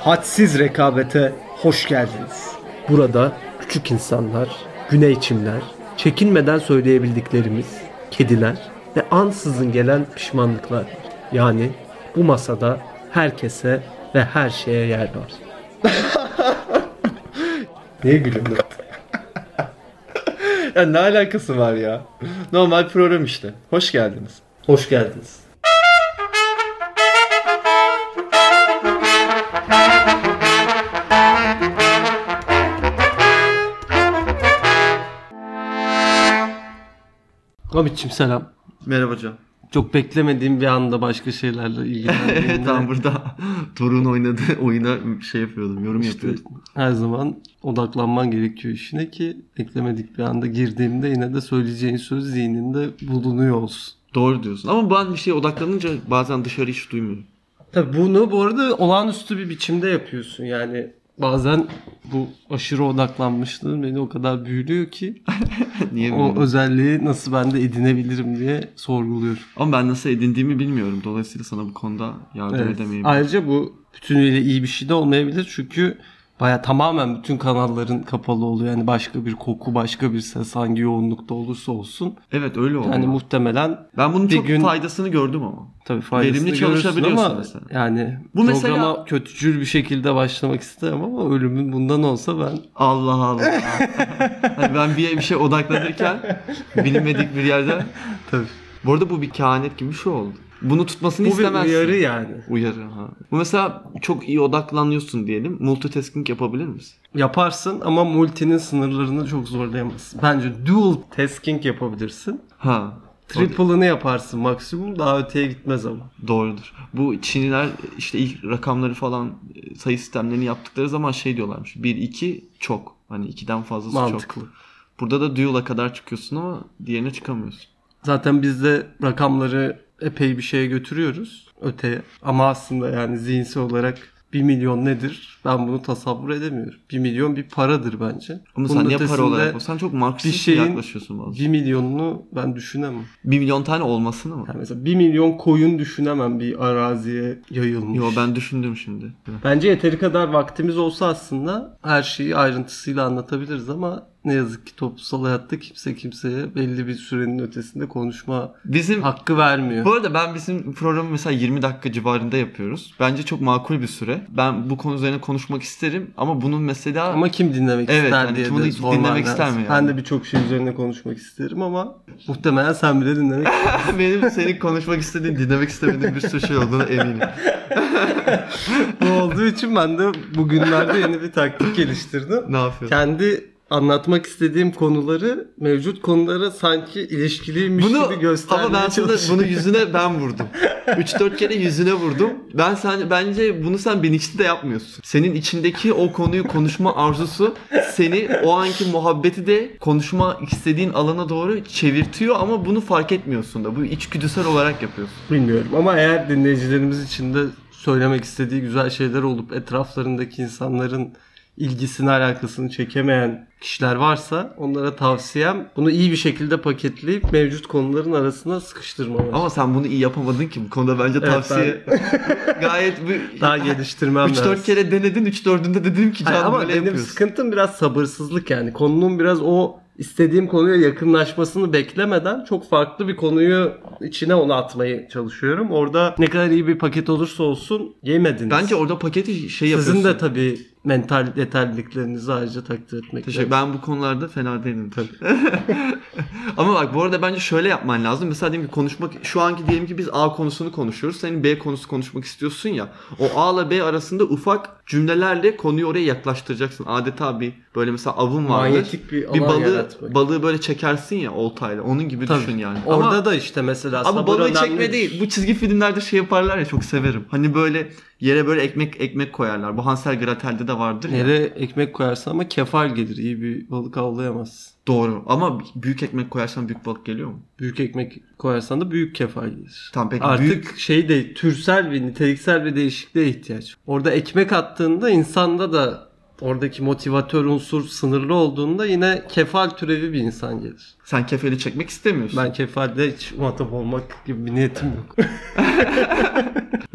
Hadsiz rekabete hoş geldiniz. Burada küçük insanlar, güneyçimler, çekinmeden söyleyebildiklerimiz, kediler ve ansızın gelen pişmanlıklar. Yani bu masada herkese ve her şeye yer var. Niye gülüyorsun? ya ne alakası var ya? Normal program işte. Hoş geldiniz. Hoş geldiniz. Hamit'ciğim selam. Merhaba hocam. Çok beklemediğim bir anda başka şeylerle ilgilendiğimde Tam burada Torun oynadığı oyuna şey yapıyordum, yorum işte yapıyordum. her zaman odaklanman gerekiyor işine ki beklemedik bir anda girdiğimde yine de söyleyeceğin söz zihninde bulunuyor olsun. Doğru diyorsun. Ama ben bir şeye odaklanınca bazen dışarı hiç duymuyorum. Tabii bunu bu arada olağanüstü bir biçimde yapıyorsun yani bazen bu aşırı odaklanmışlığın beni o kadar büyülüyor ki Niye o bilmiyorum. özelliği nasıl ben de edinebilirim diye sorguluyorum. Ama ben nasıl edindiğimi bilmiyorum. Dolayısıyla sana bu konuda yardım Evet. edemeyebilirim. Ayrıca bu bütünüyle iyi bir şey de olmayabilir çünkü baya tamamen bütün kanalların kapalı oluyor. Yani başka bir koku, başka bir ses hangi yoğunlukta olursa olsun. Evet öyle oldu. Yani muhtemelen ben bunun bir çok gün- faydasını gördüm ama. tabii faydasını Verimli görürsün çalışabiliyorsun ama mesela. yani Bu programa mesela- kötücül bir şekilde başlamak istemem ama ölümün bundan olsa ben Allah Allah. Hani ben bir, bir şey odaklanırken bilinmedik bir yerde. tabii. Bu arada bu bir kehanet gibi bir şey oldu. Bunu tutmasını Bu bir istemezsin. uyarı yani. Uyarı ha. Bu mesela çok iyi odaklanıyorsun diyelim. Multitasking yapabilir misin? Yaparsın ama multinin sınırlarını çok zorlayamazsın. Bence dual tasking yapabilirsin. Ha. Triple'ını yaparsın maksimum daha öteye gitmez ama. Doğrudur. Bu Çinliler işte ilk rakamları falan e, sayı sistemlerini yaptıkları zaman şey diyorlarmış. 1 2 çok. Hani 2'den fazlası Mantıklı. çok. Burada da dual'a kadar çıkıyorsun ama diğerine çıkamıyorsun. Zaten biz de rakamları epey bir şeye götürüyoruz öteye. Ama aslında yani zihinsel olarak 1 milyon nedir? Ben bunu tasavvur edemiyorum. 1 milyon bir paradır bence. Ama Bunun sen niye para ötesinde olarak sen çok Marksist bir şeyin- yaklaşıyorsun bazen. 1 milyonunu ben düşünemem. 1 milyon tane olmasını mı? Yani mesela 1 milyon koyun düşünemem bir araziye yayılmış. Yo ben düşündüm şimdi. Bence yeteri kadar vaktimiz olsa aslında her şeyi ayrıntısıyla anlatabiliriz ama ne yazık ki toplumsal hayatta kimse kimseye belli bir sürenin ötesinde konuşma Bizim hakkı vermiyor. Bu arada ben bizim programı mesela 20 dakika civarında yapıyoruz. Bence çok makul bir süre. Ben bu konu üzerine konuşmak isterim ama bunun mesela Ama kim dinlemek Evet, ister yani diye kim de bunu sorman dinlemek lazım. ister mi yani? Ben de birçok şey üzerine konuşmak isterim ama muhtemelen sen bile dinlemek benim senin konuşmak istediğin, dinlemek istemediğin bir sürü şey olduğuna eminim. bu olduğu için ben de bugünlerde yeni bir taktik geliştirdim. Ne yapıyorsun? Kendi anlatmak istediğim konuları mevcut konulara sanki ilişkiliymiş gibi Bunu göstermeye ama ben sana çalışıyorum. bunu yüzüne ben vurdum. 3-4 kere yüzüne vurdum. Ben sen bence bunu sen bilinçli de yapmıyorsun. Senin içindeki o konuyu konuşma arzusu seni o anki muhabbeti de konuşma istediğin alana doğru çevirtiyor ama bunu fark etmiyorsun da. Bu içgüdüsel olarak yapıyorsun. Bilmiyorum ama eğer dinleyicilerimiz için de söylemek istediği güzel şeyler olup etraflarındaki insanların ilgisini alakasını çekemeyen kişiler varsa onlara tavsiyem bunu iyi bir şekilde paketleyip mevcut konuların arasına sıkıştırmaları. Ama sen bunu iyi yapamadın ki bu konuda bence Evet, tavsiye gayet bu Daha geliştirmem lazım. 3-4 kere denedin 3-4'ünde dedim ki Hayır, canım ama böyle benim yapıyorsun. sıkıntım biraz sabırsızlık yani. Konunun biraz o istediğim konuya yakınlaşmasını beklemeden çok farklı bir konuyu içine onu atmayı çalışıyorum. Orada ne kadar iyi bir paket olursa olsun yemediniz. Bence orada paketi şey yapıyorsun. Sizin de tabii mental yeterliliklerinizi ayrıca takdir etmek Teşekkür. lazım. Ben bu konularda fena değilim tabii. Ama bak bu arada bence şöyle yapman lazım. Mesela diyelim ki konuşmak şu anki diyelim ki biz A konusunu konuşuyoruz. Senin B konusu konuşmak istiyorsun ya. O A ile B arasında ufak cümlelerle konuyu oraya yaklaştıracaksın. Adeta bir böyle mesela avın vardır. Manyetik bir bir alan balığı yaratmak. balığı böyle çekersin ya oltayla. Onun gibi Tabii. düşün yani. Orada Ama- da işte mesela Ama sabır balığı önemlidir. çekme değil. Bu çizgi filmlerde şey yaparlar ya çok severim. Hani böyle yere böyle ekmek ekmek koyarlar. Bu Hansel Gretel'de de vardır ya. Yere ekmek koyarsın ama kefal gelir. İyi bir balık avlayamazsın. Doğru. Ama büyük ekmek koyarsan büyük balık geliyor mu? Büyük ekmek koyarsan da büyük kefal gelir. Tamam peki Artık büyük şey de türsel bir niteliksel bir değişikliğe ihtiyaç. Orada ekmek attığında insanda da oradaki motivatör unsur sınırlı olduğunda yine kefal türevi bir insan gelir. sen kefeli çekmek istemiyorsun. Ben kefalde hiç muhatap olmak gibi bir niyetim yok.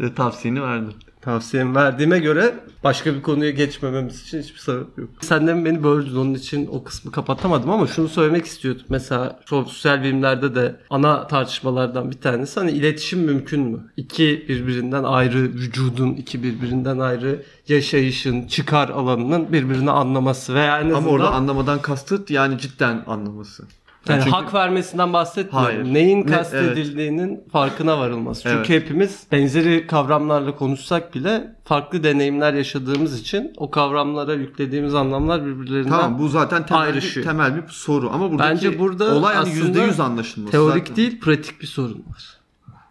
E, tavsiyeni verdim. tavsiyem verdiğime göre başka bir konuya geçmememiz için hiçbir sebep yok. Sen de beni böldün onun için o kısmı kapatamadım ama şunu söylemek istiyordum. Mesela sosyal bilimlerde de ana tartışmalardan bir tanesi hani iletişim mümkün mü? İki birbirinden ayrı vücudun, iki birbirinden ayrı yaşayışın, çıkar alanının birbirini anlaması veya en azından Ama orada anlamadan kastıt yani cidden anlaması. yani çünkü- hak vermesinden bahsetmiyorum. Hayır. Ne- Neyin kastedildiğinin farkına varılması. Çünkü Evet. hepimiz benzeri kavramlarla konuşsak bile farklı deneyimler yaşadığımız için o kavramlara yüklediğimiz anlamlar birbirlerinden Tamam bu zaten temel bir, ayrışıyor. temel bir soru ama buradaki Bence burada olay yani aslında %100 anlaşılması. teorik zaten. değil pratik bir sorun var.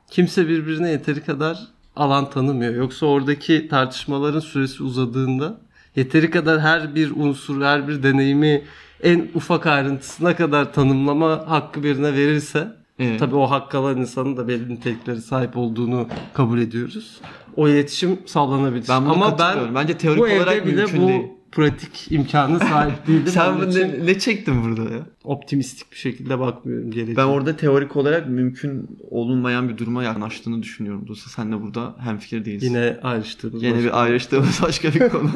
Kimse birbirine yeteri kadar alan tanımıyor. Yoksa oradaki tartışmaların süresi uzadığında yeteri kadar her bir unsur, her bir deneyimi en ufak ayrıntısına kadar tanımlama hakkı birine verirse Evet. Tabii o hakkı alan insanın da belli niteliklere sahip olduğunu kabul ediyoruz. O iletişim sallanabilir. Ben buna Ama ben katılıyorum. Bence teorik bu olarak evde bile mümkün bu değil. pratik imkanı sahip değilim. Sen Onun bu için ne, ne çektin burada ya? optimistik bir şekilde bakmıyorum geleceğe. Ben orada teorik olarak mümkün olunmayan bir duruma yaklaştığını düşünüyorum. Dolayısıyla sen de burada hemfikir değilsin. yine ayrıştığımız Yine başka- bir ayrıştığımız başka bir konu.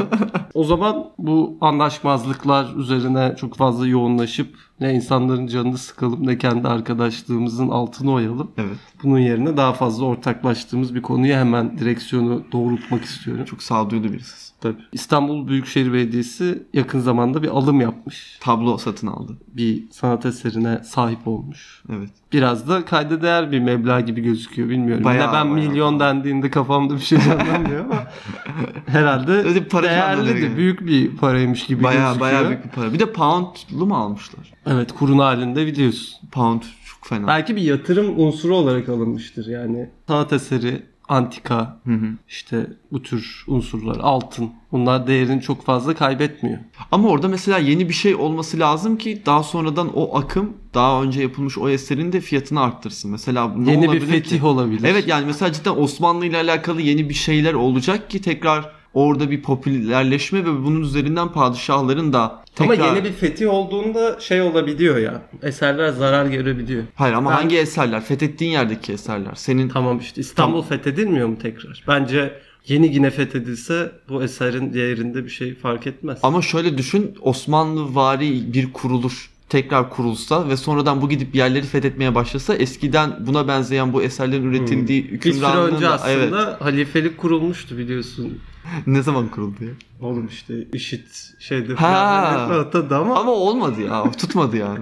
O zaman bu anlaşmazlıklar üzerine çok fazla yoğunlaşıp ne insanların canını sıkalım ne kendi arkadaşlığımızın altını oyalım. evet. Bunun yerine daha fazla ortaklaştığımız bir konuya hemen direksiyonu doğrultmak istiyorum. Çok sağduyulu birisiz. Tabii. İstanbul Büyükşehir Belediyesi yakın zamanda bir alım yapmış. Tablo satın aldı. Bir sanat eserine sahip olmuş. Evet. Biraz da kayda değer bir meblağ gibi gözüküyor bilmiyorum. Bayağı, Yine ben bayağı. milyon dendiğinde kafamda bir şey canlanmıyor ama herhalde Öyle bir para canlanıyor değerli de yani. büyük bir paraymış gibi Baya gözüküyor. baya büyük bir para. Bir de poundlu mu almışlar? Evet kurun halinde biliyorsun. Pound çok fena. Belki bir yatırım unsuru olarak alınmıştır yani. Sanat eseri, antika, Hı hı. işte bu tür unsurlar, altın. Bunlar değerini çok fazla kaybetmiyor. Ama orada mesela yeni bir şey olması lazım ki daha sonradan o akım daha önce yapılmış o eserin de fiyatını arttırsın. Mesela ne Yeni bir olabilir ki? fetih olabilir. Evet yani mesela cidden Osmanlı ile alakalı yeni bir şeyler olacak ki tekrar orada bir popülerleşme ve bunun üzerinden padişahların da tekrar... Ama yeni bir fetih olduğunda şey olabiliyor ya. Eserler zarar görebiliyor. Hayır ama Ben- hangi eserler? Fethettiğin yerdeki eserler. Senin Tamam işte İstanbul fethedilmiyor mu tekrar? Bence yeni yine fethedilse bu eserin değerinde bir şey fark etmez. Ama şöyle düşün Osmanlı vari bir kuruluş tekrar kurulsa ve sonradan bu gidip yerleri fethetmeye başlasa eskiden buna benzeyen bu eserlerin üretildiği bir süre hükümranlığın Hmm. önce da- aslında halifelik kurulmuştu biliyorsun. Evet. Ne zaman kuruldu ya? Oğlum işte işit şeyde Ha. falan atadı ama Ama olmadı ya. Tutmadı yani.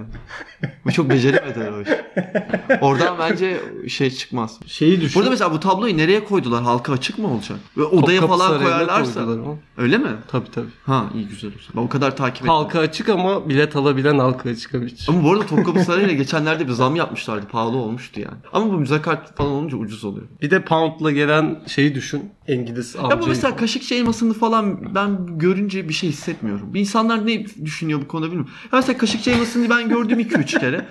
Bu çok beceremediler o işi. Oradan bence şey çıkmaz. şeyi düşün. Burada mesela bu tabloyu nereye koydular? Halka açık mı olacak? Ve odaya Topkapı falan Sarayı'na koyarlarsa. koydular ama. Öyle mi? Tabii tabii. Ha iyi güzel olsun. Ben o kadar takip ettim. Halka açık ama bilet alabilen halka açık. Ama bu arada Topkapı Sarayı'na geçenlerde bir zam yapmışlardı. Pahalı olmuştu yani. Ama bu müze kart falan olunca ucuz oluyor. Bir de poundla gelen şeyi düşün. İngiliz amcayı. Ya bu mesela Kaşıkçı elmasını falan ben görünce bir şey hissetmiyorum. Bir insanlar ne düşünüyor bu konuda bilmiyorum. Ya mesela Kaşıkçı elmasını ben gördüm 2-3 kere.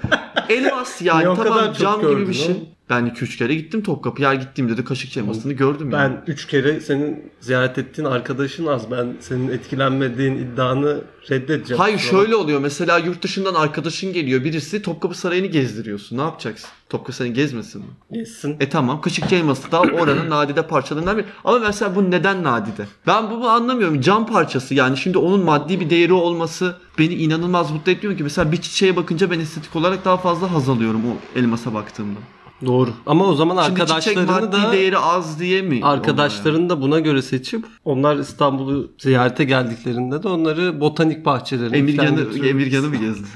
Elmas yani Niye o kadar tamam çok cam gibi gördün bir şey. oğlum? Ben 2-3 kere gittim Topkapı'ya gittiğimde de Kaşıkçı elmasını gördüm yani. Ben üç kere senin ziyaret ettiğin arkadaşın az. Ben senin etkilenmediğin iddianı reddedeceğim. Hayır Kusura bakma. şöyle oluyor mesela yurt dışından arkadaşın geliyor birisi Topkapı Sarayı'nı gezdiriyorsun ne yapacaksın? Topkapı Sarayı'nı gezmesin mi? Geçsin. E tamam Kaşıkçı elması da oranın nadide parçalarından biri. Ama mesela bu neden nadide? Ben bunu anlamıyorum. Cam parçası yani şimdi onun maddi bir değeri olması beni inanılmaz mutlu etmiyor ki. Mesela bir çiçeğe bakınca ben estetik olarak daha fazla haz alıyorum o elmasa baktığımda. Doğru. Ama o zaman Şimdi çiçek maddi arkadaşlarını da değeri az diye mi? onlar arkadaşlarını da buna göre seçip onlar İstanbul'u ziyarete geldiklerinde de onları botanik bahçelerine yani? falan Emirgan'ı, götürüyoruz. Emirgan'ı mı gezdin?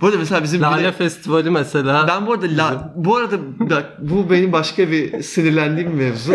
bu arada mesela bizim... Lale Güney- Festivali mesela. Ben bu arada la, bu arada bak, bu benim başka bir sinirlendiğim mevzu.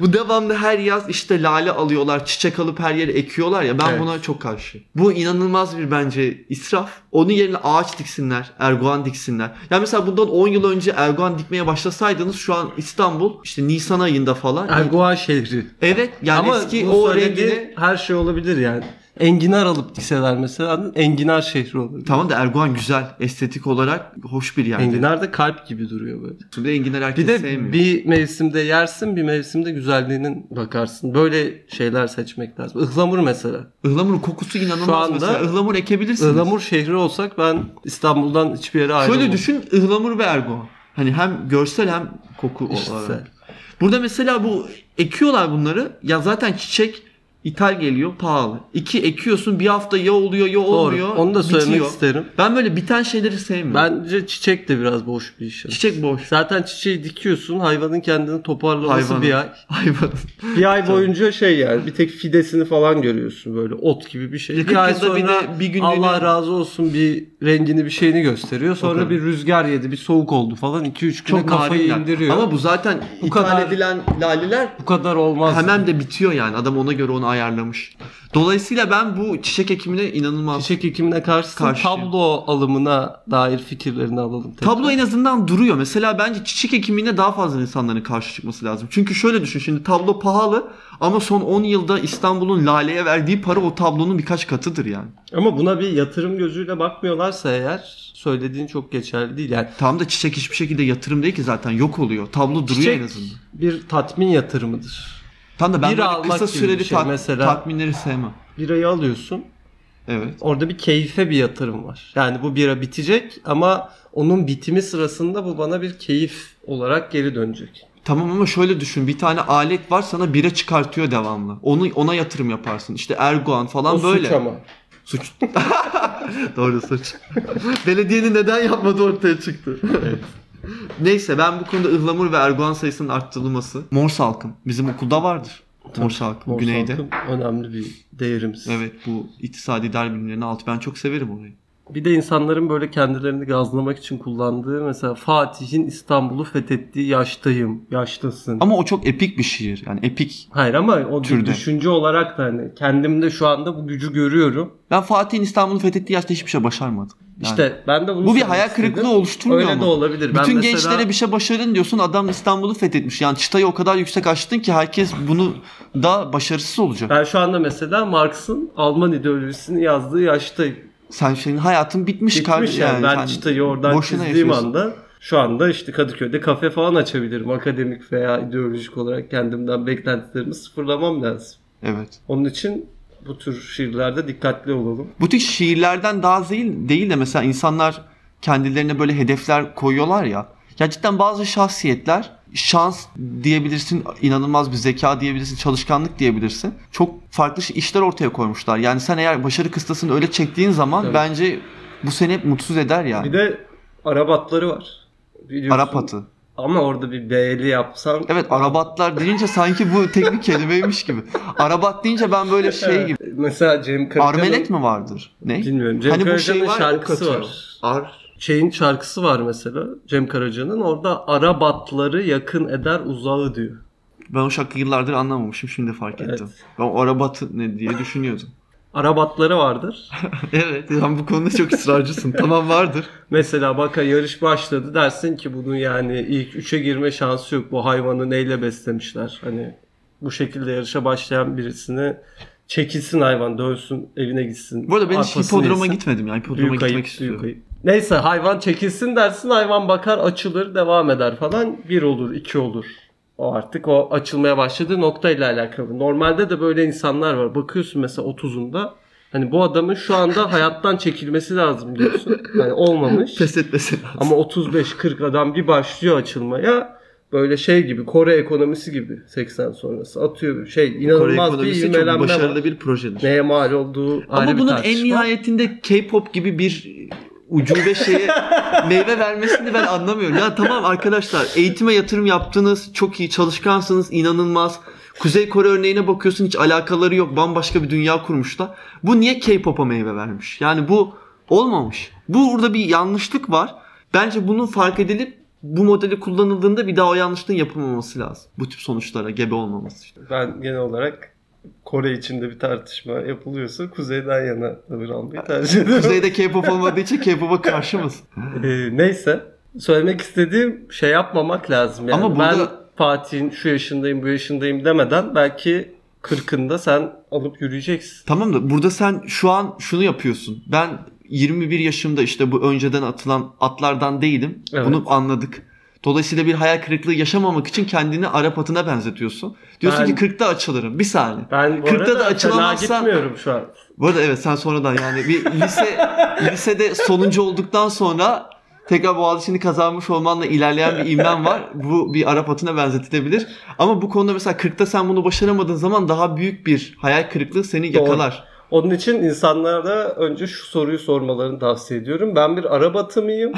Bu devamlı her yaz işte lale alıyorlar, çiçek alıp her yere ekiyorlar ya ben Evet. buna çok karşı. Bu inanılmaz bir bence israf. Onun yerine ağaç diksinler, erguvan diksinler. Yani mesela bundan 10 yıl önce erguvan dikmeye başlasaydınız şu an İstanbul işte Nisan ayında falan. Erguvan şehri. evet yani Ama eski bu o söylediği rengini her şey olabilir yani. Enginar alıp dikseler mesela enginar şehri olabilir. Tamam da erguvan güzel, estetik olarak hoş bir yer. Enginar da kalp gibi duruyor böyle. Şimdi enginar herkes Bir de sevmiyor. bir mevsimde yersin, bir mevsimde güzelliğinin bakarsın. Böyle şeyler seçmek lazım. Ihlamur mesela. Ihlamurun kokusu inanılmaz anda mesela. Ihlamur ekebilirsiniz. Ihlamur şehri olsak ben İstanbul'dan hiçbir yere ayrılmam. Şöyle düşün ıhlamur ve ergo. Hani hem görsel hem koku İşitsel. olarak. Burada mesela bu ekiyorlar bunları. Ya zaten çiçek ithal geliyor pahalı. İki ekiyorsun bir hafta ya oluyor ya olmuyor. Doğru. Onu da söylemek bitiyor. isterim. Ben böyle biten şeyleri sevmiyorum. Bence çiçek de biraz boş bir iş. yani. Çiçek boş. Zaten çiçeği dikiyorsun hayvanın kendini toparlaması Hayvanın. bir ay. Hayvan. Bir ay boyunca şey yani bir tek fidesini falan görüyorsun böyle ot gibi bir şey. Yakın Bir ay yılda sonra bir bir, de bir günlüğüne- Allah razı olsun bir rengini bir şeyini gösteriyor. Sonra Bakalım. bir rüzgar yedi bir soğuk oldu falan 2-3 güne kafayı narinler. indiriyor. Ama bu zaten Bu ithal kadar- edilen laleler bu kadar olmaz. hemen de bitiyor yani. Adam ona göre onu ayarlamış. Dolayısıyla ben bu çiçek ekimine inanılmaz. Çiçek ekimine karşı Karşıyım. tablo alımına dair fikirlerini alalım. tekrar. Tablo en azından duruyor. Mesela bence çiçek ekimine daha fazla insanların karşı çıkması lazım. Çünkü şöyle düşün şimdi tablo pahalı ama son 10 yılda İstanbul'un laleye verdiği para o tablonun birkaç katıdır yani. Ama buna bir yatırım gözüyle bakmıyorlarsa eğer söylediğin çok geçerli değil. Yani Tam da çiçek hiçbir şekilde yatırım değil ki zaten yok oluyor. Tablo duruyor çiçek en azından. bir tatmin yatırımıdır. Tam da ben Bir böyle almak kısa gibi süreli bir şey tat- mesela. tatminleri sevmem. Birayı alıyorsun Evet. Orada bir keyfe bir yatırım var. Yani bu bira bitecek ama onun bitimi sırasında bu bana bir keyif olarak geri dönecek. Tamam ama şöyle düşün bir tane alet var sana bira çıkartıyor devamlı. Onu ona yatırım yaparsın. İşte Erdoğan falan o böyle. suç ama. Suç. Doğru suç. Belediyenin neden yapmadığı ortaya çıktı. Neyse ben bu konuda ıhlamur ve erguvan sayısının arttırılması. Mor salkım. Bizim okulda vardır. Mor salkım. Mor güneyde. salkım önemli bir değerimiz. Evet bu iktisadi dar bilimlerinin altı. Ben çok severim orayı. Bir de insanların böyle kendilerini gazlamak için kullandığı mesela Fatih'in İstanbul'u fethettiği yaştayım, yaştasın. Ama o çok epik bir şiir. Yani epik. Hayır ama o bir Türden. düşünce olarak da hani kendimde şu anda bu gücü görüyorum. Ben Fatih'in İstanbul'u fethettiği yaşta hiçbir şey başarmadım. Yani İşte ben de bunu bu bir söylemek hayal istedim. kırıklığı oluşturmuyor Öyle mu? de olabilir. ben Bütün mesela... gençlere bir şey başarın diyorsun adam İstanbul'u fethetmiş. Yani çıtayı o kadar yüksek açtın ki herkes bunu da başarısız olacak. Ben şu anda mesela Marx'ın Alman ideolojisini yazdığı yaştayım. Sen senin hayatın bitmiş, Gitmiş kardeşim. yani. Ben Sen çıtayı oradan boşuna çizdiğim yaşıyorsun. anda şu anda işte Kadıköy'de kafe falan açabilirim. Akademik veya ideolojik olarak kendimden beklentilerimi sıfırlamam lazım. Evet. Onun için bu tür şiirlerde dikkatli olalım. Bu tür şiirlerden daha değil, değil de mesela insanlar kendilerine böyle hedefler koyuyorlar ya. Ya cidden bazı şahsiyetler şans diyebilirsin, inanılmaz bir zeka diyebilirsin, çalışkanlık diyebilirsin. Çok farklı işler ortaya koymuşlar. Yani sen eğer başarı kıstasını öyle çektiğin zaman Tabii. bence bu seni hep mutsuz eder yani. Bir de Arabatları var. Biliyorsun. Arap atı. Ama orada bir B'li yapsan Evet Arabatlar deyince sanki bu tek bir kelimeymiş gibi. Arabat deyince ben böyle şey gibi. mesela Cem Karaca'nın Armelet mi vardır? Ne? Bilmiyorum. Cem Hani bu Karaca'nın şey var, şarkısı ok var. atıyor. Ar. Şeyin şarkısı var mesela Cem Karaca'nın orada Arabatları yakın eder uzağı diyor. Ben o şarkıyı yıllardır anlamamışım şimdi fark Evet. ettim. Ben o Arabat'ı ne diye düşünüyordum. Arabatları vardır. evet sen bu konuda çok ısrarcısın. tamam vardır. Mesela baka yarış başladı dersin ki bunun yani ilk 3'e girme şansı yok. Bu hayvanı neyle beslemişler? Hani bu şekilde yarışa başlayan birisini çekilsin hayvan dönsün evine gitsin. Bu arada ben hiç arpasını hipodroma yesin. gitmedim yani hipodroma Büyük gitmek ayıp, istiyorum. büyük ayıp. Neyse hayvan çekilsin dersin hayvan bakar açılır devam eder falan. Bir olur iki olur. O artık o açılmaya başladığı noktayla alakalı. Normalde de böyle insanlar var. Bakıyorsun mesela 30'unda hani bu adamın şu anda hayattan çekilmesi lazım diyorsun. Yani olmamış. Pes etmesi lazım. Ama 35-40 adam bir başlıyor açılmaya. Böyle şey gibi Kore ekonomisi gibi 80 sonrası atıyor şey Kore inanılmaz bir ekonomisi çok ivmelenme başarılı var. bir projedir. Neye mal olduğu ayrı Ama bir bunun en tartışma. nihayetinde K-pop gibi bir ucube şeye meyve vermesini ben anlamıyorum. Ya tamam arkadaşlar eğitime yatırım yaptınız. Çok iyi çalışkansınız. inanılmaz. Kuzey Kore örneğine bakıyorsun hiç alakaları yok. Bambaşka bir dünya kurmuşlar. Bu niye K-pop'a meyve vermiş? Yani bu olmamış. Bu burada bir yanlışlık var. Bence bunun fark edilip bu modeli kullanıldığında bir daha o yanlışlığın yapılmaması lazım. Bu tip sonuçlara gebe olmaması işte. Ben genel olarak Kore içinde bir tartışma yapılıyorsa kuzeyden yana tavır almayı tercih ediyorum. Kuzeyde K-pop olmadığı için K-pop'a karşı mısın? Ee, neyse. Söylemek istediğim şey yapmamak lazım. Yani. Ama Ama burada- Ben Fatih'in şu yaşındayım bu yaşındayım demeden belki 40'ında sen alıp yürüyeceksin. Tamam da burada sen şu an şunu yapıyorsun. Ben 21 yaşımda işte bu önceden atılan atlardan değilim. Evet. Bunu anladık. Dolayısıyla bir hayal kırıklığı yaşamamak için kendini Arap atına benzetiyorsun. Diyorsun Ben- ki 40'ta açılırım. Bir saniye. Ben bu 40'ta arada da fena açılamazsan- gitmiyorum şu an. Bu arada evet sen sonradan yani bir lise lisede sonuncu olduktan sonra tekrar Boğaziçi'ni kazanmış olmanla ilerleyen bir imlen var. Bu bir Arap atına benzetilebilir. Ama bu konuda mesela 40'ta sen bunu başaramadığın zaman daha büyük bir hayal kırıklığı seni Doğru. yakalar. Onun için insanlara önce şu soruyu sormalarını tavsiye ediyorum. Ben bir Arap atı mıyım?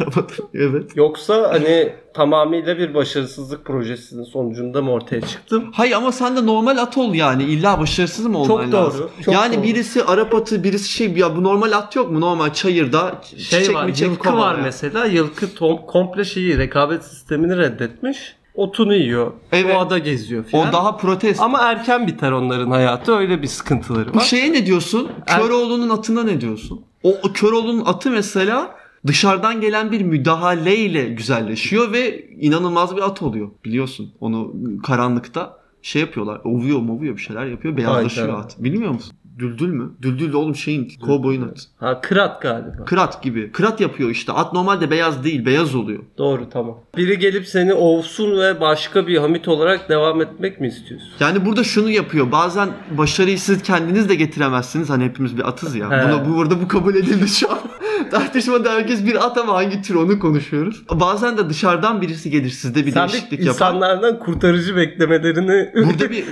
Arap atı. Evet. Yoksa hani tamamıyla bir başarısızlık projesinin sonucunda mı ortaya çıktım? Hayır ama sen de normal at ol yani. İlla başarısız mı olman Çok doğru, lazım? çok yani doğru. birisi Arap atı, birisi şey ya bu normal at yok mu? Normal çayırda Şey çiçek var, mi çiçek yılkı var kovalıyor. mesela. Yılkı tom, komple şeyi rekabet sistemini reddetmiş. Otunu yiyor. Evet. Doğada geziyor O filan. daha protest. Ama erken biter onların hayatı. Öyle bir sıkıntıları Bu var. şeye ne diyorsun? Er- Köroğlu'nun atına ne diyorsun? O, o Köroğlu'nun atı mesela dışarıdan gelen bir müdahaleyle güzelleşiyor ve inanılmaz bir at oluyor. Biliyorsun onu karanlıkta şey yapıyorlar. Ovuyor movuyor bir şeyler yapıyor. Beyazlaşıyor Hayda. at. Bilmiyor musun? Düldül mü? Düldül de oğlum şeyin kovboyun atı. Ha kırat galiba. Kırat gibi. Kırat yapıyor işte. At normalde beyaz değil. Beyaz oluyor. Doğru tamam. Biri gelip seni ovsun ve başka bir hamit olarak devam etmek mi istiyorsun? Yani burada şunu yapıyor. Bazen başarıyı siz kendiniz de getiremezsiniz. Hani hepimiz bir atız ya. He. Buna, bu burada bu kabul edildi şu an. Tartışmada herkes bir at ama hangi tür onu konuşuyoruz. Bazen de dışarıdan birisi gelir sizde bir Sen bir değişiklik yapar. insanlardan kurtarıcı beklemelerini Burada bir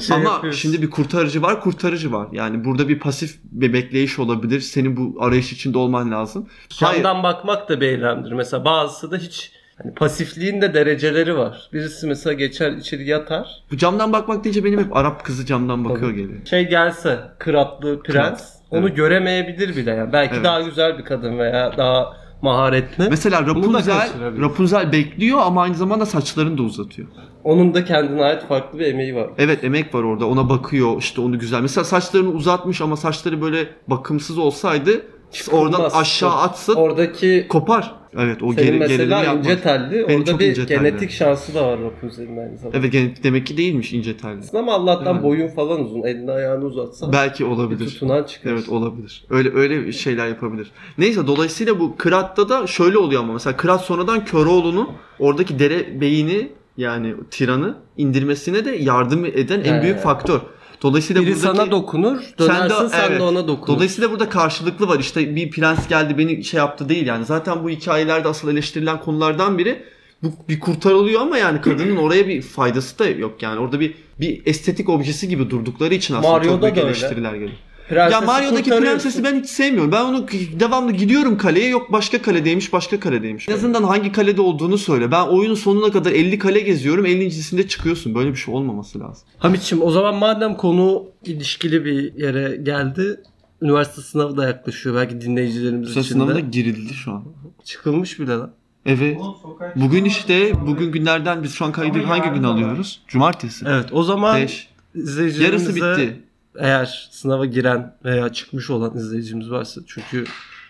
şey ama yapıyorsun. şimdi bir kurtarıcı var, kurtarıcı var. Yani burada bir pasif bir bekleyiş olabilir. Senin bu arayış içinde olman lazım. Hayır. Yandan bakmak da bir eylemdir. Mesela bazısı da hiç hani pasifliğin de dereceleri var. Birisi mesela geçer içeri yatar. Bu camdan bakmak deyince benim hep Arap kızı camdan bakıyor Tabii. geliyor. Şey gelse kıratlı prens Kırat, onu evet. göremeyebilir bile. Yani. Belki Evet. daha güzel bir kadın veya daha maharetli. Mesela Bunu da Rapunzel, kaçırabilir. Rapunzel bekliyor ama aynı zamanda saçlarını da uzatıyor. Onun da kendine ait farklı bir emeği var. Evet emek var orada. Ona bakıyor işte onu güzel. Mesela saçlarını uzatmış ama saçları böyle bakımsız olsaydı Çıkılmaz. oradan aşağı atsın Oradaki kopar. Evet o senin geri, gerilimi mesela yapmaz. ince telli Benim orada çok bir ince telli. genetik şansı da var Rapunzel'in aynı zamanda. Evet gene- demek ki değilmiş ince telli. Ama Allah'tan Evet. boyun falan uzun. Elini ayağını uzatsan Belki bir olabilir. tutunan çıkar. Evet olabilir. Öyle öyle şeyler yapabilir. Neyse dolayısıyla bu Kırat'ta da şöyle oluyor ama mesela Kırat sonradan Köroğlu'nun oradaki dere beyini yani tiranı indirmesine de yardım eden en He. büyük faktör. Dolayısıyla Biri buradaki- sana dokunur, dönersin sen de, evet. ona dokunur. Dolayısıyla burada karşılıklı var. İşte bir prens geldi beni şey yaptı değil yani. Zaten bu hikayelerde asıl eleştirilen konulardan biri bu bir kurtarılıyor ama yani kadının oraya bir faydası da yok yani. Orada bir bir estetik objesi gibi durdukları için aslında Mario'da çok büyük da öyle. eleştiriler geliyor. Prensesi Ya Mario'daki kurtarıyorsun. prensesi ben hiç sevmiyorum. Ben onu k- devamlı gidiyorum kaleye yok başka kaledeymiş başka kaledeymiş. En azından hangi kalede olduğunu söyle. Ben oyunun sonuna kadar 50 kale geziyorum 50.sinde çıkıyorsun. Böyle bir şey olmaması lazım. Hamit'ciğim o zaman madem konu ilişkili bir yere geldi. Üniversite sınavı da yaklaşıyor. Belki dinleyicilerimiz Mesela için de. sınavına girildi şu an. Çıkılmış bile lan. Evet. Oğlum sokağa Bugün çıkma. işte bugün günlerden biz şu an kaydı Ama hangi yarın gün da var. alıyoruz? Cumartesi. Evet o zaman Beş. izleyicilerimize... Yarısı bitti. Eğer sınava giren veya çıkmış olan izleyicimiz varsa çünkü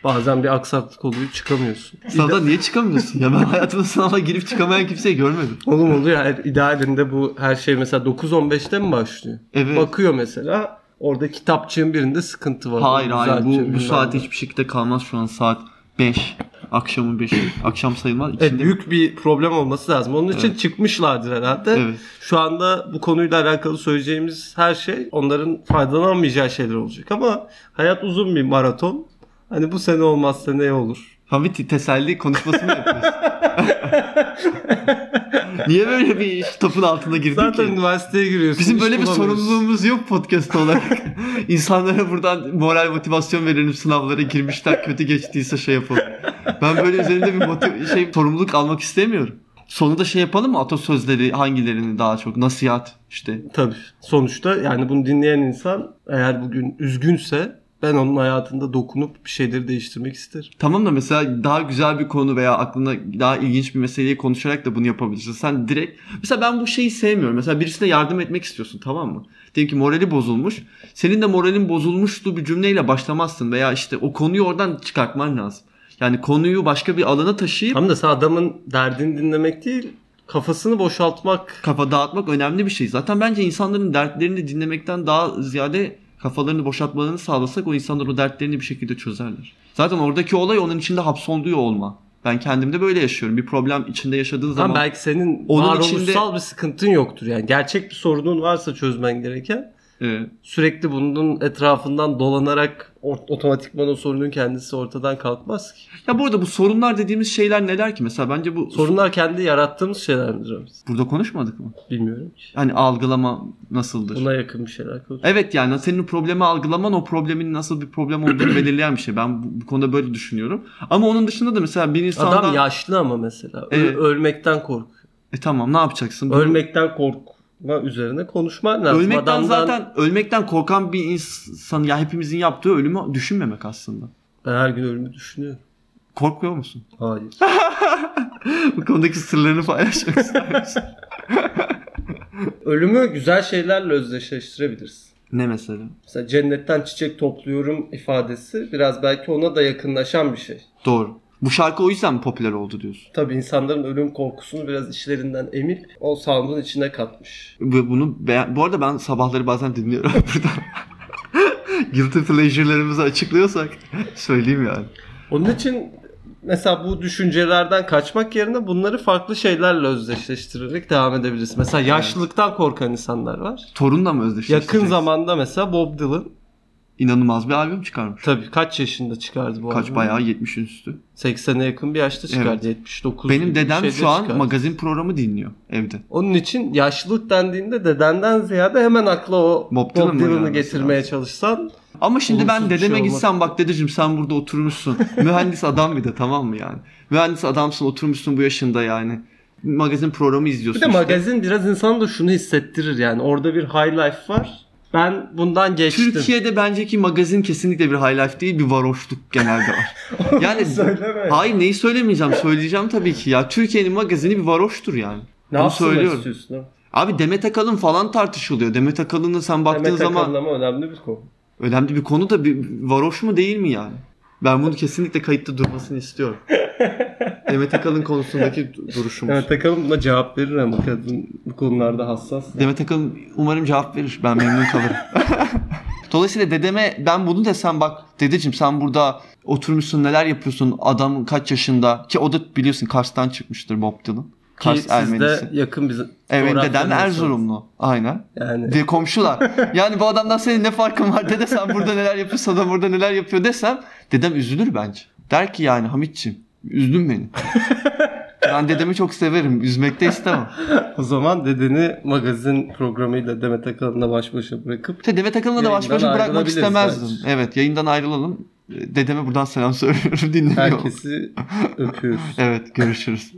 bazen bir aksaklık oluyor çıkamıyorsun. Sınavda niye çıkamıyorsun? Ya ben hayatımda sınava girip çıkamayan kimseyi görmedim. Oğlum oluyor her idealinde bu her şey mesela 9-15'te mi başlıyor? Evet. Bakıyor mesela orada kitapçığın birinde sıkıntı var. hayır Onu hayır düzeltiyor, bu, bu bilmem saat ne. hiçbir şekilde kalmaz şu an saat 5. Akşamın 5'i. Akşam sayılmaz. Evet, İçinde... büyük bir problem olması lazım. Onun için çıkmışlardır herhalde. Evet. Şu anda bu konuyla alakalı söyleyeceğimiz her şey onların faydalanmayacağı şeyler olacak. Ama hayat uzun bir maraton. Hani bu sene olmazsa ne olur? Hamit teselli konuşmasını yapıyorsun. niye böyle bir iş topun altına girdin Zaten ki? üniversiteye giriyorsun. Bizim iş böyle bir bulamıyorsun. sorumluluğumuz yok podcast olarak. İnsanlara buradan moral motivasyon verelim sınavlara girmişler kötü geçtiyse şey yapalım. Ben böyle üzerinde bir motiv- şey sorumluluk almak istemiyorum. Sonunda şey yapalım mı atasözleri hangilerini daha çok nasihat işte. Tabii. Sonuçta yani bunu dinleyen insan eğer bugün üzgünse ben onun hayatında dokunup bir şeyleri değiştirmek isterim. Tamam da mesela daha güzel bir konu veya aklına daha ilginç bir meseleyi konuşarak da bunu yapabilirsin. Sen direkt mesela ben bu şeyi sevmiyorum. Mesela birisine yardım etmek istiyorsun tamam mı? Diyelim ki morali bozulmuş. Senin de moralin bozulmuştu bir cümleyle başlamazsın veya işte o konuyu oradan çıkartman lazım. Yani konuyu başka bir alana taşıyıp Tam da sen adamın derdini dinlemek değil kafasını boşaltmak kafa dağıtmak önemli bir şey. Zaten bence insanların dertlerini dinlemekten daha ziyade kafalarını boşaltmalarını sağlasak o insanlar o dertlerini bir şekilde çözerler. Zaten oradaki olay onun içinde hapsolduğu olma. Ben kendimde böyle yaşıyorum. Bir problem içinde yaşadığın Ama zaman belki senin Onun varoluşsal içinde- bir sıkıntın yoktur yani. Gerçek bir sorunun varsa çözmen gereken Evet. Sürekli bunun etrafından dolanarak or- otomatikman o sorunun kendisi ortadan kalkmaz ki. Ya bu arada bu sorunlar dediğimiz şeyler neler ki? Mesela bence bu Sorunlar kendi yarattığımız şeyler midir abi? burada konuşmadık mı? Bilmiyorum ki. Hani algılama nasıldır? Buna yakın bir şeyler konuşuyoruz. Evet yani senin problemi algılaman o problemin nasıl bir problem olduğunu belirleyen bir şey. Ben bu, bu konuda böyle düşünüyorum. Ama onun dışında da mesela bir insandan... Adam yaşlı ama mesela. Ö- Evet. ölmekten korkuyor. E tamam ne yapacaksın? Bunu- Ölmekten korkma üzerine konuşman lazım. Ölmekten Adamdan- zaten ölmekten korkan bir insan ya hepimizin yaptığı ölümü düşünmemek aslında. Ben her gün ölümü düşünüyorum. Korkuyor musun? Hayır. Bu konudaki sırlarını paylaşmak ister misin? Ölümü güzel şeylerle özdeşleştirebilirsin. ne mesela? Mesela cennetten çiçek topluyorum ifadesi biraz belki ona da yakınlaşan bir şey. Doğru. Bu şarkı o yüzden mi popüler oldu diyorsun? Tabii insanların ölüm korkusunu biraz içlerinden emip o sound'un içine katmış. Ve bunu beğen- bu arada ben sabahları bazen dinliyorum buradan. Guilty pleasure'larımızı açıklıyorsak söyleyeyim yani. Onun için mesela bu düşüncelerden kaçmak yerine bunları farklı şeylerle özdeşleştirerek devam edebiliriz. Mesela yaşlılıktan korkan insanlar var. Torunla mı özdeşleştireceksin? Yakın zamanda mesela Bob Dylan İnanılmaz bir albüm çıkarmış. tabii kaç yaşında çıkardı bu Kaç albümü? bayağı 70'in üstü. 80'e yakın bir yaşta çıkardı. Evet. 79 gibi Benim bir dedem şeyde şu an çıkardı. magazin programı dinliyor evde. Onun için yaşlılık dendiğinde dedenden ziyade hemen akla o Bob Bob, Dylan mı Dylan'ı gelmesi getirmeye lazım? çalışsan Ama şimdi ben Olumsuz bir dedeme şey olmaz. gitsem bak dedeciğim sen burada oturmuşsun. Mühendis adam bir de tamam mı yani? Mühendis adamsın oturmuşsun bu yaşında yani. Magazin programı bir izliyorsun de işte. magazin biraz insana da şunu hissettirir yani orada bir high life var. Ben bundan geçtim. Türkiye'de bence ki magazin kesinlikle bir high life değil bir varoşluk genelde var. yani söyleme. Hayır neyi söylemeyeceğim söyleyeceğim tabii ki ya. Türkiye'nin magazini bir varoştur yani. ne bunu yapsınlar söylüyorum. istiyorsun? ha? Abi Demet Akalın falan tartışılıyor. Demet Akalın'ı sen baktığın Demet zaman Akalın ama önemli bir konu. önemli bir konu da bir varoş mu değil mi yani? Ben bunu kesinlikle kayıtta durmasını istiyorum. Demet Akalın konusundaki du- duruşumuz. Demet Akalın buna cevap verir ama kadın bu konularda hassas. Demet Akalın umarım cevap verir. Ben memnun kalırım. Dolayısıyla dedeme ben bunu desem bak dedeciğim sen burada oturmuşsun neler yapıyorsun adam kaç yaşında ki o da biliyorsun Kars'tan çıkmıştır Bob Dylan. Ki Kars siz Ermenisi. de yakın bizim. Evet dedem coğrafyanızsınız. Erzurumlu. Aynen. Yani Diye komşular. Yani bu adamdan senin ne farkın var dede sen burada neler yapıyorsun adam burada neler yapıyor desem dedem üzülür bence. Der ki yani Hamitçim üzdün beni. ben dedemi çok severim. Üzmek de istemem. o zaman dedeni magazin programıyla Demet Akalın'la baş başa bırakıp İşte Demet Akalın'la Şey, da baş Yayından başa bırakmak ayrılabiliriz istemezdim. bence. Evet yayından ayrılalım. Dedeme buradan selam söylüyorum dinliyor. herkesi öpüyoruz. Evet görüşürüz.